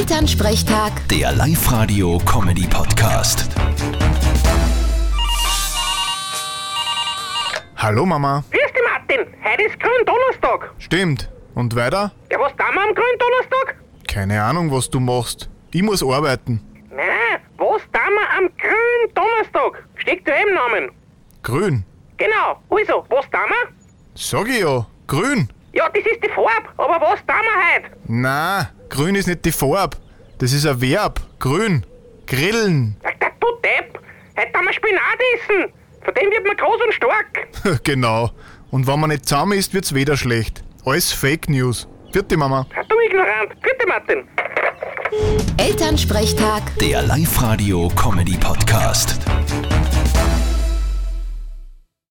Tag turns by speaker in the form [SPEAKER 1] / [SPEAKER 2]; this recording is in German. [SPEAKER 1] Elternsprechtag,
[SPEAKER 2] Der Live-Radio-Comedy-Podcast.
[SPEAKER 3] Hallo Mama.
[SPEAKER 4] Grüß dich, Martin. Heute ist Gründonnerstag.
[SPEAKER 3] Stimmt. Und weiter?
[SPEAKER 4] Ja, was tun wir am Gründonnerstag?
[SPEAKER 3] Keine Ahnung, was du machst. Ich muss arbeiten.
[SPEAKER 4] Nein, was tun wir am Gründonnerstag? Steckt ja im Namen.
[SPEAKER 3] Grün.
[SPEAKER 4] Genau. Also, was tun wir?
[SPEAKER 3] Sag ich ja. Grün.
[SPEAKER 4] Ja, das ist die Farbe, aber was tun wir heute?
[SPEAKER 3] Na, grün ist nicht die Farbe. Das ist ein Verb. Grün. Grillen.
[SPEAKER 4] Ach, der du Depp. Heute tun wir Spinat essen. Von dem wird man groß und stark.
[SPEAKER 3] genau. Und wenn man nicht zusammen ist, wird's wieder schlecht. Alles Fake News. Vierte Mama.
[SPEAKER 4] Ach, du Ignorant. Grüß dich, Martin.
[SPEAKER 1] Elternsprechtag.
[SPEAKER 2] Der Live-Radio-Comedy-Podcast.